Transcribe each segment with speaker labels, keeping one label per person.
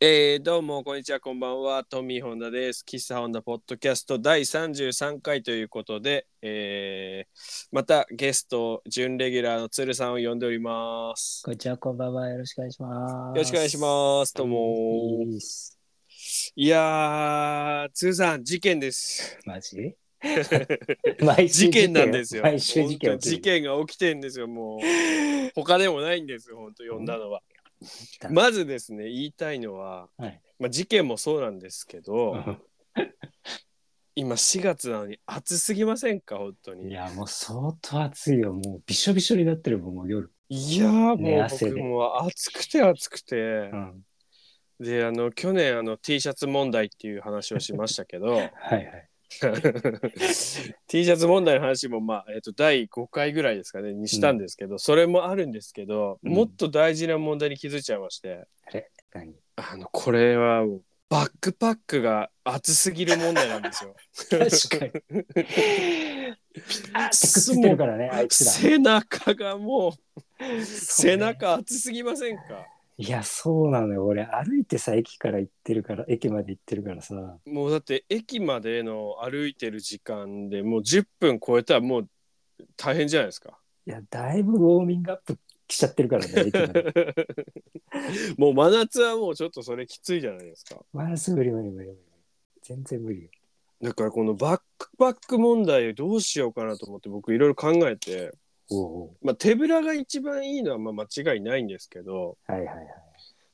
Speaker 1: えー、どうも、こんにちは、こんばんは。トミー・ホンダです。喫茶ホンダポッドキャスト第33回ということで、えー、またゲスト、準レギュラーの鶴さんを呼んでおります。
Speaker 2: こんにちは、こんばんは。よろしくお願いしま
Speaker 1: よ
Speaker 2: す。
Speaker 1: ろしくお願いします。どうも。
Speaker 2: いいっす。
Speaker 1: いやー、鶴さん、事件 です。
Speaker 2: マ ジ毎週
Speaker 1: 事件なんですよ。
Speaker 2: 毎週事件
Speaker 1: 本当事件が起きてんですよ、もう。他でもないんですよ、本当呼んだ のは。
Speaker 2: ま、
Speaker 1: まずですね、言いたいのは、
Speaker 2: はい
Speaker 1: まあ、事件もそうなんですけど、今4月なのに暑すぎませんか本当
Speaker 2: い
Speaker 1: にいや
Speaker 2: や、もう相当暑いよ。もうびしょびしょになってるもん、もう夜。
Speaker 1: ー
Speaker 2: ね
Speaker 1: もう
Speaker 2: 汗
Speaker 1: 僕
Speaker 2: で
Speaker 1: もう暑くて暑くて
Speaker 2: う、ん。
Speaker 1: であの去年あの T シャツ問題っていう話をしましたけど
Speaker 2: はいはい。
Speaker 1: T シャツ問題の話もまあ、えっと第5回ぐらいですかねにしたんですけど、それもあるんですけど、
Speaker 2: うん
Speaker 1: もっと大事な問題に気づいちゃいまして
Speaker 2: 何
Speaker 1: あのこれはもうバックパックが暑すぎる問題なんですよ。
Speaker 2: 確かに。あ、くっついてるからね、あ いつら。
Speaker 1: 背中がもう背中暑すぎませんか
Speaker 2: いや、そうなのよ。俺、歩いてさ、駅から行ってるから、駅まで行ってるからさ。
Speaker 1: もうだって駅までの歩いてる時間でもう10分超えたらもう大変じゃないですか
Speaker 2: いや、だいぶウォーミングアップしちゃってるからね、駅まで。
Speaker 1: もう真夏はもうちょっとそれきついじゃないですか
Speaker 2: まあ、すぐ無理無理無理無理。全然無理よ。
Speaker 1: だからこのバックパック問題どうしようかなと思って僕いろいろ考えて、
Speaker 2: おうお
Speaker 1: まあ、手ぶらが一番いいのはまあ間違いないんですけど
Speaker 2: うはいはいはい。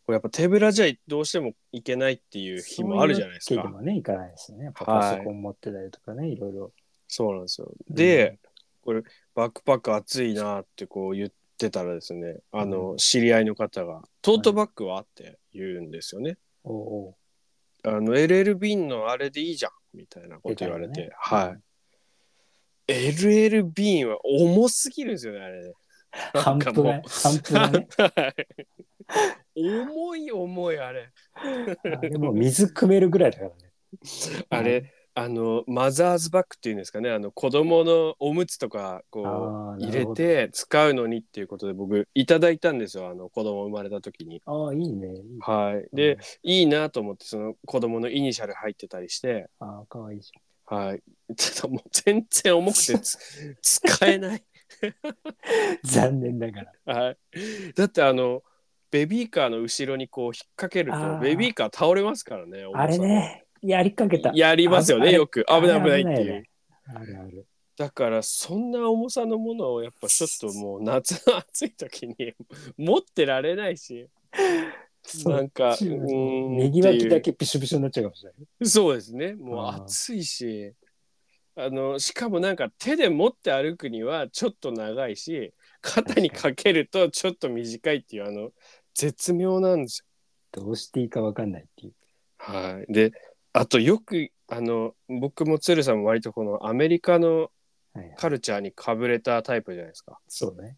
Speaker 1: これやっぱ手ぶらじゃどうしてもいけないっていう日もあるじゃないです
Speaker 2: そううわ
Speaker 1: か
Speaker 2: けでもね、いかないですよね。やっぱ
Speaker 1: はい
Speaker 2: パソコン持ってたりとかね、いろいろ。
Speaker 1: そうなんですよ
Speaker 2: うん
Speaker 1: で、これバックパック暑いなってこう言ってたらですねあの、
Speaker 2: う
Speaker 1: 知り合いの方がトートバッグはって言うんですよね、
Speaker 2: おうおう
Speaker 1: あの LLB のあれでいいじゃんみたいなこと言われて、
Speaker 2: 出たよね
Speaker 1: はい LLB は重すぎるんですよねあれねな
Speaker 2: 半
Speaker 1: んか
Speaker 2: 端
Speaker 1: もう
Speaker 2: ない。半端ないね。
Speaker 1: 重い重いあれ
Speaker 2: あでも水汲めるぐらいだからね。
Speaker 1: あれあのマザーズバッグっていうんですかねあの子供のおむつとか
Speaker 2: あ
Speaker 1: こう
Speaker 2: ー
Speaker 1: 入
Speaker 2: なる
Speaker 1: れ
Speaker 2: ほど
Speaker 1: て使うのにっていうことで僕いただいたんですよあの子供生まれた時に。
Speaker 2: ああ、いいね。いい
Speaker 1: はい、
Speaker 2: う
Speaker 1: で
Speaker 2: ん、
Speaker 1: いいなと思ってその子供のイニシャル入ってたりして、
Speaker 2: ああ、かわいいじ
Speaker 1: はい、 ただもう全然重くて つ使えない、
Speaker 2: ゃん。残念ながら。
Speaker 1: はい、だってあのベビーカーの後ろにこう引っ掛ける
Speaker 2: あ
Speaker 1: と
Speaker 2: ー
Speaker 1: ベビーカー倒れますからね重さ
Speaker 2: あれね、やりかけた。
Speaker 1: やりますよ
Speaker 2: あ
Speaker 1: ね
Speaker 2: れ
Speaker 1: よく危ない危
Speaker 2: あ
Speaker 1: な
Speaker 2: れ
Speaker 1: いっていう、
Speaker 2: ねあるある。
Speaker 1: だからそんな重さのものをやっぱちょっともう夏の暑い時に持ってられないし
Speaker 2: そう
Speaker 1: なんかうーん
Speaker 2: 右脇だ
Speaker 1: って
Speaker 2: けびしょびしょになっちゃうかもしれな い。
Speaker 1: いうそうですねも
Speaker 2: あ
Speaker 1: う
Speaker 2: ー
Speaker 1: 暑いしあのしかもなんか手で持って歩くにはちょっと長いし肩にかけるとちょっと短いっていうあの絶妙なんですよ。
Speaker 2: どうしていいかわかんないっていう。
Speaker 1: はい、であとよくあの僕も鶴さんも割とこのアメリカの
Speaker 2: はいはい
Speaker 1: カルチャーにかぶれたタイプじゃないですか。
Speaker 2: そうね。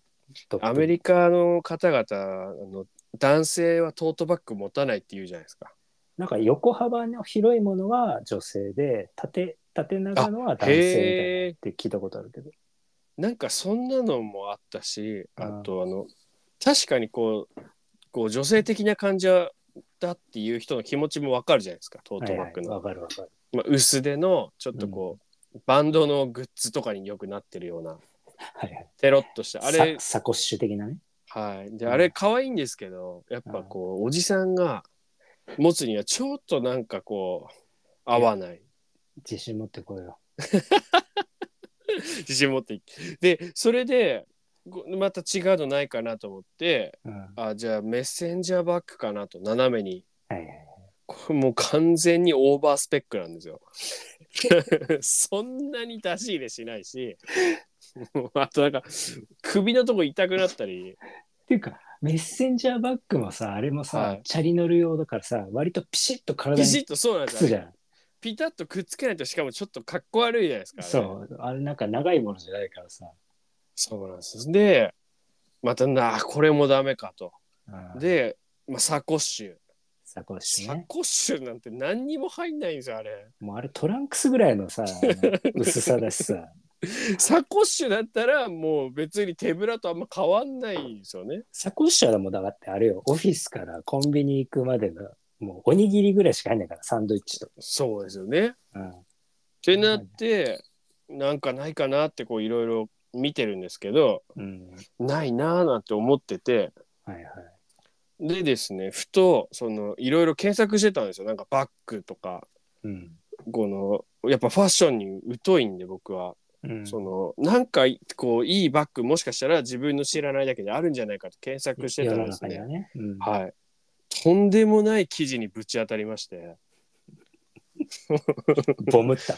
Speaker 1: アメリカの方々あの男性はトートバッグ持たないって言うじゃないですか。
Speaker 2: なんか横幅の広いものは女性で縦縦長のは男性みたいなって聞いたことあるけど
Speaker 1: なんかそんなのもあったしあ
Speaker 2: うん
Speaker 1: とあの確かにこうこう女性的な感じはだっていう人の気持ちもわかるじゃないですかトートバッグの、
Speaker 2: はいはいわかるわかる
Speaker 1: まあ、薄手のちょっとこう、バンドのグッズとかによくなってるような
Speaker 2: はいはい
Speaker 1: テロッとしたあれ
Speaker 2: ササコッシュ的なね
Speaker 1: はいで
Speaker 2: うん
Speaker 1: あれ可愛いんですけどやっぱこうおじさんが持つにはちょっとなんかこう合わない
Speaker 2: 自信持ってこいよ
Speaker 1: 自信持っていでそれでこまた違うのないかなと思って
Speaker 2: う、うん、はい
Speaker 1: あじゃあメッセンジャーバッグかなと斜めに
Speaker 2: はい
Speaker 1: これもう完全にオーバースペックなんですよ そんなに出し入れしないし もうあとなんか首のとこ痛くなった り
Speaker 2: っていうかメッセンジャーバッグもさあれもさ、
Speaker 1: はい
Speaker 2: チャリ乗る用だからさ割とピシッと体
Speaker 1: ピシ
Speaker 2: に
Speaker 1: ッとそうなん
Speaker 2: くっ
Speaker 1: です
Speaker 2: つじ
Speaker 1: よ
Speaker 2: ゃん
Speaker 1: ピタッとくっつけないとしかもちょっとかっこ悪いじゃないですか、
Speaker 2: そうあれなんか長いものじゃないからさ、
Speaker 1: そうなんですでまたなあこれもダメかと
Speaker 2: うん、
Speaker 1: で、まあ、サコッシュ
Speaker 2: サコッシュ
Speaker 1: サ
Speaker 2: ね
Speaker 1: コッシュなんて何にも入んないんですよあれ
Speaker 2: もうあれトランクスぐらいのさあの薄さだしさ
Speaker 1: サコッシュだったらもう別に手ぶらとあんま変わんないんですよね
Speaker 2: サコッシュはもうだからってあれよ、オフィスからコンビニ行くまでのもうおにぎりぐらいしか入んないからサンドイッチと、
Speaker 1: そうですよね。っ
Speaker 2: うん、
Speaker 1: てなってなんかないかなってこういろいろ見てるんですけど
Speaker 2: うん、
Speaker 1: ないなーなんて思ってて
Speaker 2: はいはい
Speaker 1: でですねふとそのいろいろ検索してたんですよなんかバッグとか
Speaker 2: うん
Speaker 1: このやっぱファッションに疎いんで僕は、
Speaker 2: うん
Speaker 1: そのなんかこういいバッグもしかしたら自分の知らないだけであるんじゃないかと検索してた
Speaker 2: 世
Speaker 1: ん
Speaker 2: の
Speaker 1: です
Speaker 2: 中に
Speaker 1: ね
Speaker 2: はね、うん
Speaker 1: はいとんでもない記事にぶち当たりまして
Speaker 2: ボムった、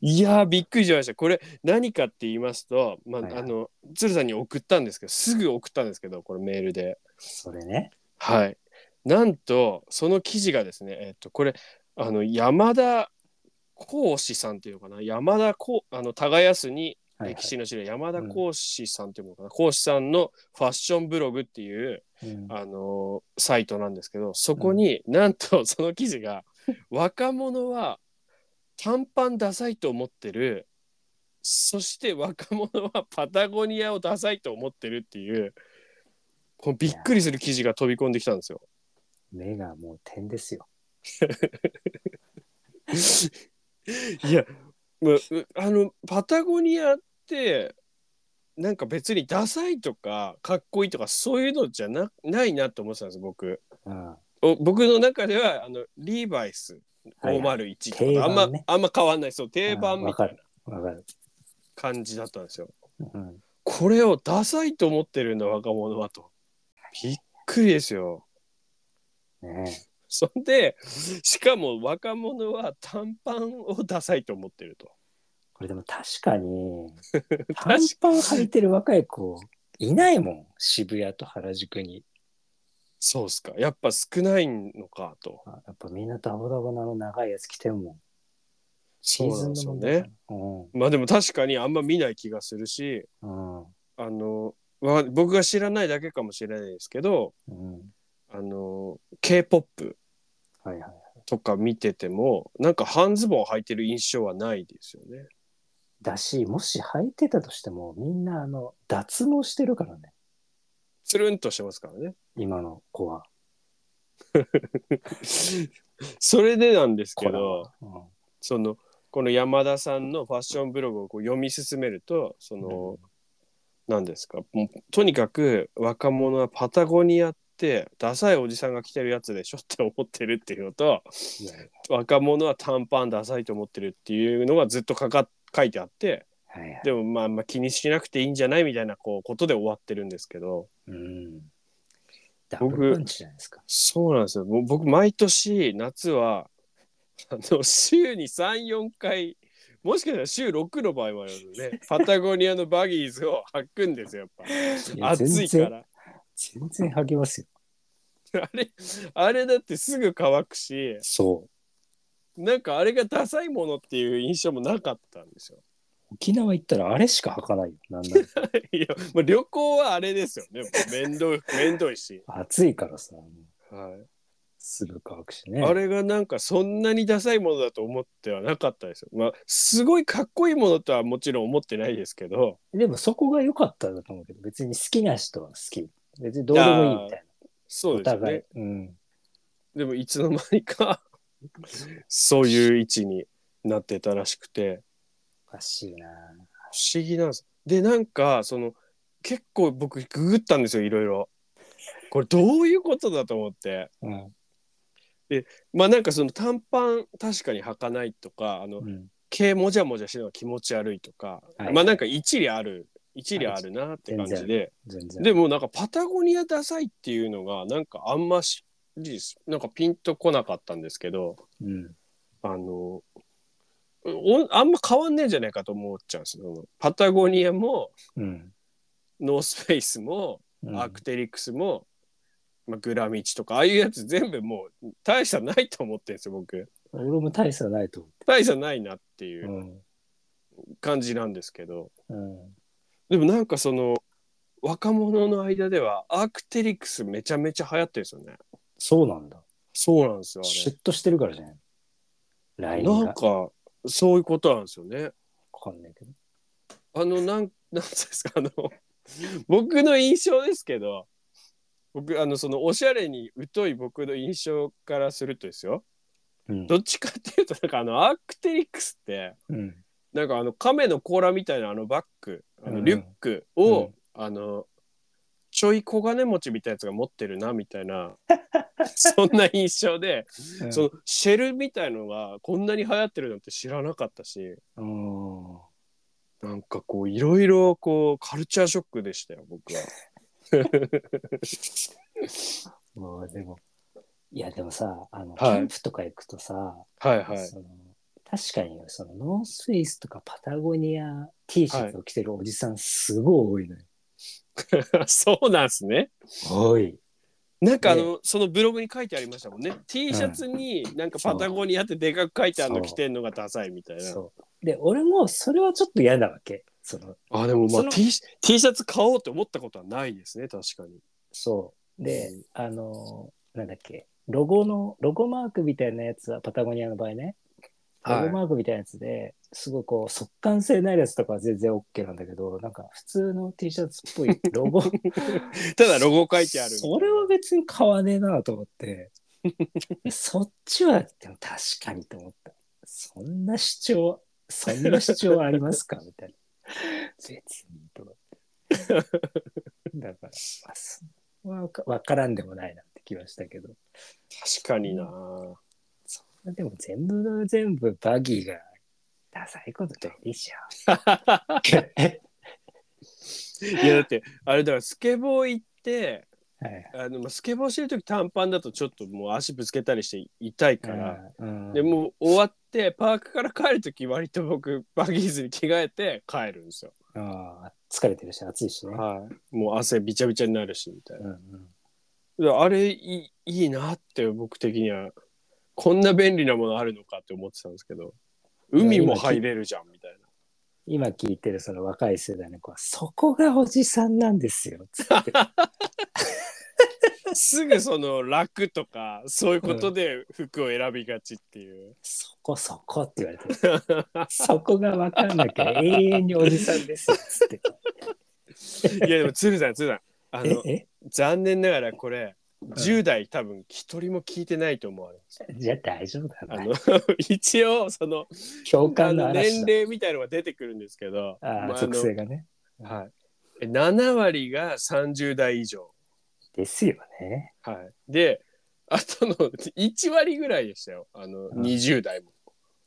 Speaker 1: いやーびっくりしましたこれ何かって言いますと、まあ
Speaker 2: はいはい
Speaker 1: あの鶴さんに送ったんですけどすぐ送ったんですけどこれメールで
Speaker 2: それね。
Speaker 1: はいなんとその記事がですねえっとこれあの山田講師さんっていうのかな山田こあの耕すに
Speaker 2: はいはい
Speaker 1: 歴史の資料、山田講師さんっていうのかな、講師さんのファッションブログっていう、
Speaker 2: うん
Speaker 1: あのーサイトなんですけどそこに、なんと その記事が「若者は短パンダサいと思ってるそして若者はパタゴニアをダサいと思ってる」っていうこうびっくりする記事が飛び込んできたんですよ。
Speaker 2: 目がもう点ですよ。
Speaker 1: いや、まあ、うあのパタゴニアってなんか別にダサいとかかっこいいとかそういうのじゃなないなと思ってたんです僕
Speaker 2: うん、
Speaker 1: お僕の中ではあのリーバイス
Speaker 2: はいはい
Speaker 1: 501とか、あん
Speaker 2: 定
Speaker 1: ま、
Speaker 2: 番ね
Speaker 1: あんま変わんないそう定番
Speaker 2: うんわ
Speaker 1: みた
Speaker 2: か
Speaker 1: いな
Speaker 2: るわかる。
Speaker 1: 感じだったんですよ
Speaker 2: うん、
Speaker 1: これをダサいと思ってるんだ若者はとびっくりですよ
Speaker 2: ね
Speaker 1: そんでしかも若者は短パンをダサいと思ってると
Speaker 2: これでも確か に短パン履いてる若い子いないもん渋谷と原宿に
Speaker 1: そうっすかやっぱ少ないのかと
Speaker 2: あやっぱみんなダボダボなの長いやつ着てるもんシ
Speaker 1: そ
Speaker 2: ー
Speaker 1: うな
Speaker 2: ズ
Speaker 1: ん
Speaker 2: ン
Speaker 1: です
Speaker 2: の
Speaker 1: よ
Speaker 2: 問題
Speaker 1: ね
Speaker 2: か。な
Speaker 1: まあでも確かにあんま見ない気がするし
Speaker 2: うん
Speaker 1: あのわ僕が知らないだけかもしれないですけど
Speaker 2: うんうん
Speaker 1: あの k p o p
Speaker 2: はいはい
Speaker 1: とか見ててもなんか半ズボン履いてる印象はないですよね。
Speaker 2: だしもし履いてたとしてもみんなあの脱毛してるからね
Speaker 1: つるんとしてますからね。
Speaker 2: 今の子は
Speaker 1: それでなんですけ
Speaker 2: 子ら
Speaker 1: ど
Speaker 2: はうん
Speaker 1: そのこの山田さんのファッションブログをこう読み進めるとその何ですかもうとにかく若者はパタゴニアってダサいおじさんが着てるやつでしょって思ってるっていうのと
Speaker 2: いや
Speaker 1: 若者は短パンダサいと思ってるっていうのがずっとかか書いてあって
Speaker 2: はいはい
Speaker 1: でもまああんま気にしなくていいんじゃないみたいなこうことで終わってるんですけど
Speaker 2: うんダブ
Speaker 1: 僕
Speaker 2: ルパンチじゃないですか
Speaker 1: そうなんですよもう僕毎年夏はあの週に34回もしかしたら週6の場合もあるの で、ね、パタゴニアのバギーズを履くんですよやっ
Speaker 2: い
Speaker 1: ぱ
Speaker 2: や
Speaker 1: 暑いから。
Speaker 2: 全然全然励ますよ
Speaker 1: あれあれだってすぐ乾くし
Speaker 2: そう
Speaker 1: なんかあれがダサいものっていう印象もなかったんですよ。
Speaker 2: 沖縄行ったらあれしか履かないよ。なんなら
Speaker 1: いや、まあ、旅行はあれですよね。もう面倒い、面倒いし。
Speaker 2: 暑いからさ、
Speaker 1: は
Speaker 2: すぐ乾くし
Speaker 1: い。
Speaker 2: ね。
Speaker 1: あれがなんかそんなにダサいものだと思ってはなかったですよ。まあ、すごいかっこいいものとはもちろん思ってないですけど、
Speaker 2: でもそこが良かったんだと思うけど、別に好きな人は好き。別にどうでもいいみたいな。
Speaker 1: そ
Speaker 2: お
Speaker 1: うですよ
Speaker 2: 互い
Speaker 1: ね。。
Speaker 2: うん。
Speaker 1: でもいつの間にか、そういう位置になってたらしくて、
Speaker 2: おかしいな。
Speaker 1: 不思議なんです。で、なんか、その、結構僕ググったんですよ、いろいろ。これどういうことだと思って。
Speaker 2: うん。
Speaker 1: まあなんかその短パン確かに履かないとか、あの、
Speaker 2: うん。
Speaker 1: 毛もじゃもじゃしてるのが気持ち悪いとか、
Speaker 2: はい
Speaker 1: まあなんか一理ある一理あるなって感じで、
Speaker 2: 全然。
Speaker 1: でもなんかパタゴニアダサいっていうのがなんかあんましなんかピンとこなかったんですけど
Speaker 2: うん。
Speaker 1: あのおあんま変わんねえんじゃないかと思っちゃうんですよパタゴニアも
Speaker 2: うん。
Speaker 1: ノースフェイスも
Speaker 2: うん
Speaker 1: アクテリックスも、まあ、グラミチとかああいうやつ全部もう大差ないと思ってるんですよ僕
Speaker 2: 俺も大差ないと
Speaker 1: 大差ないなっていう
Speaker 2: 思
Speaker 1: 感じなんですけど、
Speaker 2: う。うん。うん。
Speaker 1: でもなんかその若者の間ではアークテリクスめちゃめちゃ流行ってるんですよね。
Speaker 2: そうなんだ。
Speaker 1: そうなんですよ
Speaker 2: シュッとしてるからじゃない。
Speaker 1: あ
Speaker 2: ラ
Speaker 1: れ。
Speaker 2: イン
Speaker 1: なん
Speaker 2: が。
Speaker 1: かそういうことなんですよね。
Speaker 2: わかんないけど。
Speaker 1: あのなんなんていうんですかあの僕の印象ですけど僕あのそのおしゃれに疎い僕の印象からするとですよ
Speaker 2: うん
Speaker 1: どっちかっていうとなんかあのアークテリクスって
Speaker 2: うん
Speaker 1: なんかあの亀の甲羅みたいなあのバッグあ
Speaker 2: う
Speaker 1: の
Speaker 2: ん
Speaker 1: リュックを、
Speaker 2: うん
Speaker 1: あのちょい小金持ちみたいなやつが持ってるなみたいな そんな印象で、そのシェルみたいのがこんなに流行ってるなんて知らなかったし
Speaker 2: うん
Speaker 1: なんかこういろいろこうカルチャーショックでしたよ 僕は。
Speaker 2: もうでもいやでもさあの、
Speaker 1: はい
Speaker 2: キャンプとか行くとさ、
Speaker 1: はいはい
Speaker 2: その確かにそのノースフェイスとかパタゴニア T シャツを着てるおじさんすごい多いのよ。
Speaker 1: そうなんですね。
Speaker 2: 多い。
Speaker 1: なんかあの、そのブログに書いてありましたもんね。T シャツになんかパタゴニアってでかく書いてあるの
Speaker 2: そう
Speaker 1: 着てんのがダサいみたいな。
Speaker 2: そうで俺もそれはちょっと嫌なわけ。その
Speaker 1: あでもまあ
Speaker 2: その
Speaker 1: T, シ T シャツ買おうって思ったことはないですね確かに。
Speaker 2: そうで、あのなんだっけロゴのロゴマークみたいなやつはパタゴニアの場合ねロゴマークみたいなやつですごいこう速乾性ないやつとかは全然 OK なんだけどなんか普通の T シャツっぽいロゴ
Speaker 1: ただロゴ書いてある。
Speaker 2: それは別に買わねえなと思ってそっちはでも確かにと思ったそんな主張そんな主張ありますかみたいな別にと思ってだからまあそれはわかわからんでもないなって気はしたけど
Speaker 1: 確かにな。
Speaker 2: でも全部全部バギーがダサいことないでし ょ
Speaker 1: いやだってあれだからスケボー行って
Speaker 2: はい
Speaker 1: あのまあスケボーしてる時短パンだとちょっともう足ぶつけたりして痛いから。
Speaker 2: うん
Speaker 1: でもう終わってパークから帰る時割と僕バギーズに着替えて帰るんですよ。
Speaker 2: ああ疲れてるし暑いしね、
Speaker 1: はい、もう汗びちゃびちゃになるしみたい
Speaker 2: うんうん
Speaker 1: な。あれいいいいなって僕的にはこんな便利なものあるのかって思ってたんですけど海も入れるじゃんみたい
Speaker 2: 今聞いてるその若い世代の子は、そこがおじさんなんですよ。 つって
Speaker 1: なすぐその楽とかそういうことで服を選びがちっていう、
Speaker 2: そこそこって言われてる。そこがわかんなきゃ永遠におじさんですよ。つって。
Speaker 1: いやでも鶴さん鶴さん あの
Speaker 2: え
Speaker 1: 残念ながらこれ
Speaker 2: ん
Speaker 1: 10代多分一人も聞いてないと思われます。
Speaker 2: えじゃあ大丈夫
Speaker 1: あ
Speaker 2: だな
Speaker 1: の。 一応その
Speaker 2: 共感の
Speaker 1: あの
Speaker 2: 嵐
Speaker 1: 年
Speaker 2: だ。
Speaker 1: 齢みたいのが出てくるんですけど
Speaker 2: あ
Speaker 1: ま
Speaker 2: あ
Speaker 1: あ
Speaker 2: 属性がね。
Speaker 1: はい、え7割が30代以上、
Speaker 2: ですよね。
Speaker 1: はい、であとの1割ぐらいでしたよあの
Speaker 2: うん
Speaker 1: 20代も、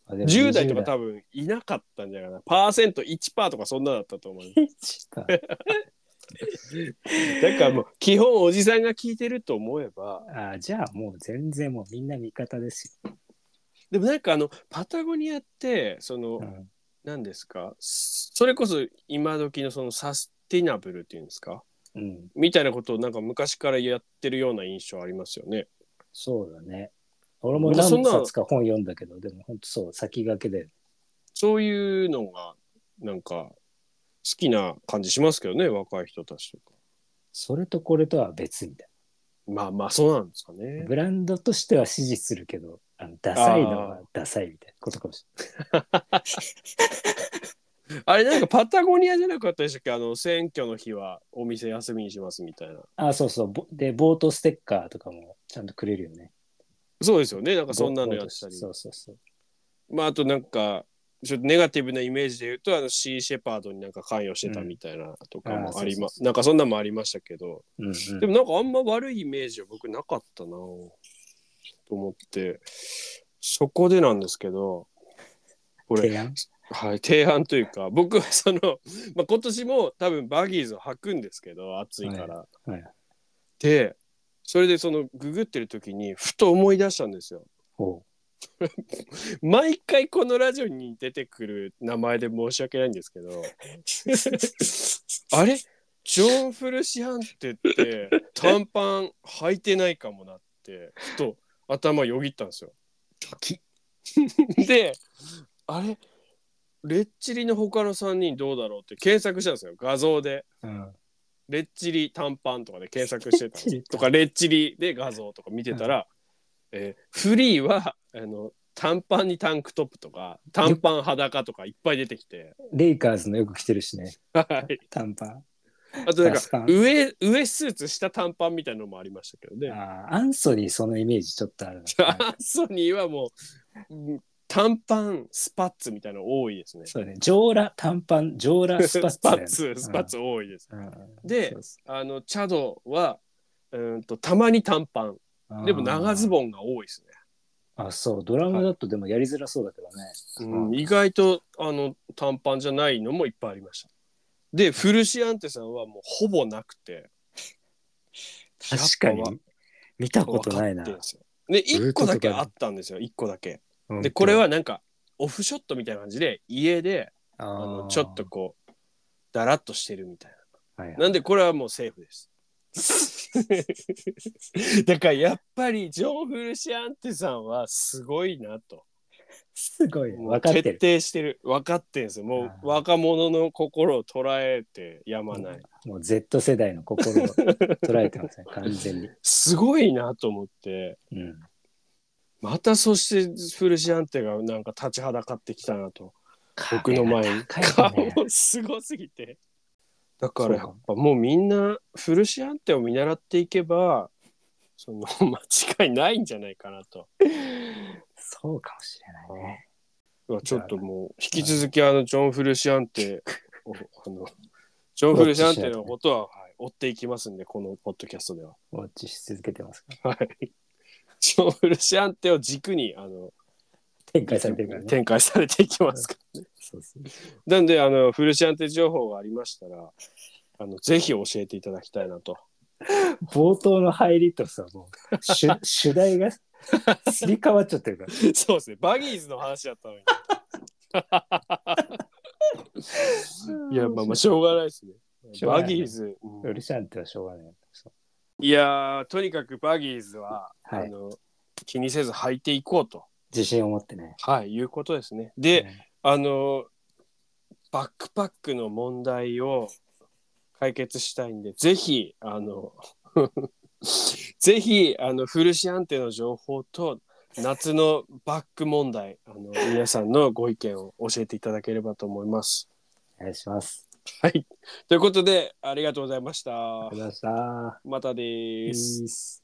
Speaker 2: あでも
Speaker 1: 10代とか
Speaker 2: 20
Speaker 1: 多分いなかったんじゃないかなパーセント1%パーとかそんなだったと思う
Speaker 2: 代
Speaker 1: だからもう基本おじさんが聞いてると思えば
Speaker 2: ああじゃあもう全然もうみんな味方です
Speaker 1: でもなんかあのパタゴニアってその、
Speaker 2: よ。うん
Speaker 1: 何ですかそれこそ今時のそのサスティナブルっていうんですか
Speaker 2: うん、
Speaker 1: みたいなことをなんか昔からやってるような印象ありますよね。
Speaker 2: そうだね。俺も
Speaker 1: そん
Speaker 2: 何
Speaker 1: な
Speaker 2: 冊か本読んだけど、でも本当そう、先駆けで
Speaker 1: そういうのがなんか好きな感じしますけどね若い人たちとか。
Speaker 2: それとこれとは別みたい
Speaker 1: まあまあそうなんですか
Speaker 2: な。
Speaker 1: ね。
Speaker 2: ブランドとしては支持するけど、あのダサいのはダサいみたいなことかもし
Speaker 1: あれなんかパタゴニアじゃなかったでしたっけあの選挙の日はお店休みにしますみたいな。
Speaker 2: れない。あ、そうそう。ぼで、ボートステッカーとかもちゃんとくれるよね。
Speaker 1: そうですよねなんかそんなのやってたり。
Speaker 2: そうそうそう。
Speaker 1: まああとなんかちょっとネガティブなイメージで言うとあのシー・シェパードになんか関与してたみたいなとか
Speaker 2: うんあ
Speaker 1: も
Speaker 2: ー
Speaker 1: ありま
Speaker 2: そうそうそ
Speaker 1: す、なんかそんなのもありましたけど
Speaker 2: うんうん、
Speaker 1: でもなんかあんま悪いイメージは僕なかったなぁと思ってそこでなんですけどこれ
Speaker 2: 提案
Speaker 1: はい、提案というか僕はその、まあ、今年も多分バギーズを履くんですけど暑いから。
Speaker 2: いはい
Speaker 1: でそれでそのググってる時にふと思い出したんですよ。
Speaker 2: おう
Speaker 1: 毎回このラジオに出てくる名前で申し訳ないんですけどあれジョン・フルシハンテって短パン履いてないかもなってふと頭よぎったんですよ。
Speaker 2: 時
Speaker 1: であれレッチリの他の3人どうだろうって検索したんですよ画像で
Speaker 2: うん。
Speaker 1: レッチリ短パンとかで検索 してたんで
Speaker 2: レッチリ
Speaker 1: すとかレッチリで画像とか見てたら、えーフリーはあの短パンにタンクトップとか短パン裸とかいっぱい出てきて
Speaker 2: レイカーズのよく着てるしね、
Speaker 1: はい
Speaker 2: 短パン。
Speaker 1: あとなん
Speaker 2: ガスパ
Speaker 1: か
Speaker 2: ン
Speaker 1: 上上スーツ下短パンみたいなのもありましたけどね
Speaker 2: あーアンソニーそのイメージちょっとあるな
Speaker 1: アン ソニーはもううん短パンスパッツみたいなの多いですね
Speaker 2: そうね上裸短パン上裸スパッツ
Speaker 1: スパ
Speaker 2: だよ
Speaker 1: ッ
Speaker 2: ね
Speaker 1: ツスパッツ多いです
Speaker 2: うん
Speaker 1: であのチャドはうーんとたまに短パンでも長ズ
Speaker 2: ン
Speaker 1: ボンが多いです
Speaker 2: あそうドラムだとでもやりづらそうだけどね、
Speaker 1: ね、
Speaker 2: う
Speaker 1: うんん、意外とあの短パンじゃないのもいっぱいありましたでフルシアンテさんはもうほぼなくて
Speaker 2: 確かに
Speaker 1: やっぱわ
Speaker 2: 見たことないな
Speaker 1: 分かってんですよで
Speaker 2: どうい
Speaker 1: 1
Speaker 2: うこ
Speaker 1: 個
Speaker 2: とだ
Speaker 1: だけあったんですよ1個だけ
Speaker 2: うん
Speaker 1: でこれはなんかオフショットみたいな感じで家で
Speaker 2: あ
Speaker 1: あの
Speaker 2: ー
Speaker 1: ちょっとこうだらっとしてるみたい
Speaker 2: はいはい
Speaker 1: ななんでこれはもうセーフです だからやっぱりジョン・フルシアンテさんはすごいなと
Speaker 2: すごい
Speaker 1: もう
Speaker 2: 分かって
Speaker 1: 徹
Speaker 2: る
Speaker 1: 底してる分かってんですよも
Speaker 2: あー
Speaker 1: う若者の心を捉えてやまない、
Speaker 2: もう Z 世代の心を捉えてますね 完全に、
Speaker 1: すごいなと思って
Speaker 2: うん、
Speaker 1: またそしてフルシアンテがなんか立ちはだかってきたなと僕の前に
Speaker 2: 高いよね
Speaker 1: 顔すごすぎてだからやっぱもうみんなフルシアンテを見習っていけばその間違いないんじゃないかなと
Speaker 2: そうかもしれないね
Speaker 1: うわちょっともう引き続きあのジョン・フルシアンテをあのジョン・フルシアンテのことは、はい追っていきますんでこのポッドキャストでは
Speaker 2: ウォッチし続けてますから
Speaker 1: はいジョン・フルシアンテを軸にあの
Speaker 2: 展開されてるからね
Speaker 1: 展開されていきますから
Speaker 2: そうそう
Speaker 1: なんであのフルシアンテ情報がありましたらあのぜひ教えていただきたいなと
Speaker 2: 冒頭の入りとさもう 主主題がすり替わっちゃってるから
Speaker 1: そうですね。バギーズの話だったのに。いや、まあまあ、しょうがないですね
Speaker 2: し。ょうがな
Speaker 1: バ
Speaker 2: い
Speaker 1: ギーズ。う
Speaker 2: ウ
Speaker 1: ん
Speaker 2: ルシャンってはしょうがないそう
Speaker 1: いやー、とにかくバギーズは、
Speaker 2: は
Speaker 1: あ
Speaker 2: い
Speaker 1: の気にせず履いていこうと、
Speaker 2: 自信を持ってね
Speaker 1: はい、いうことですね。で、あの、バックパックの問題を解決したいんで、ぜひ、あの、 ぜひ、あの、フルシアンテの情報と、夏のバック問題、あの、皆さんのご意見を教えていただければと思います。
Speaker 2: お願いします
Speaker 1: はい。ということで、ありがとうございました
Speaker 2: あ。りがとうございました
Speaker 1: またです。
Speaker 2: Peace.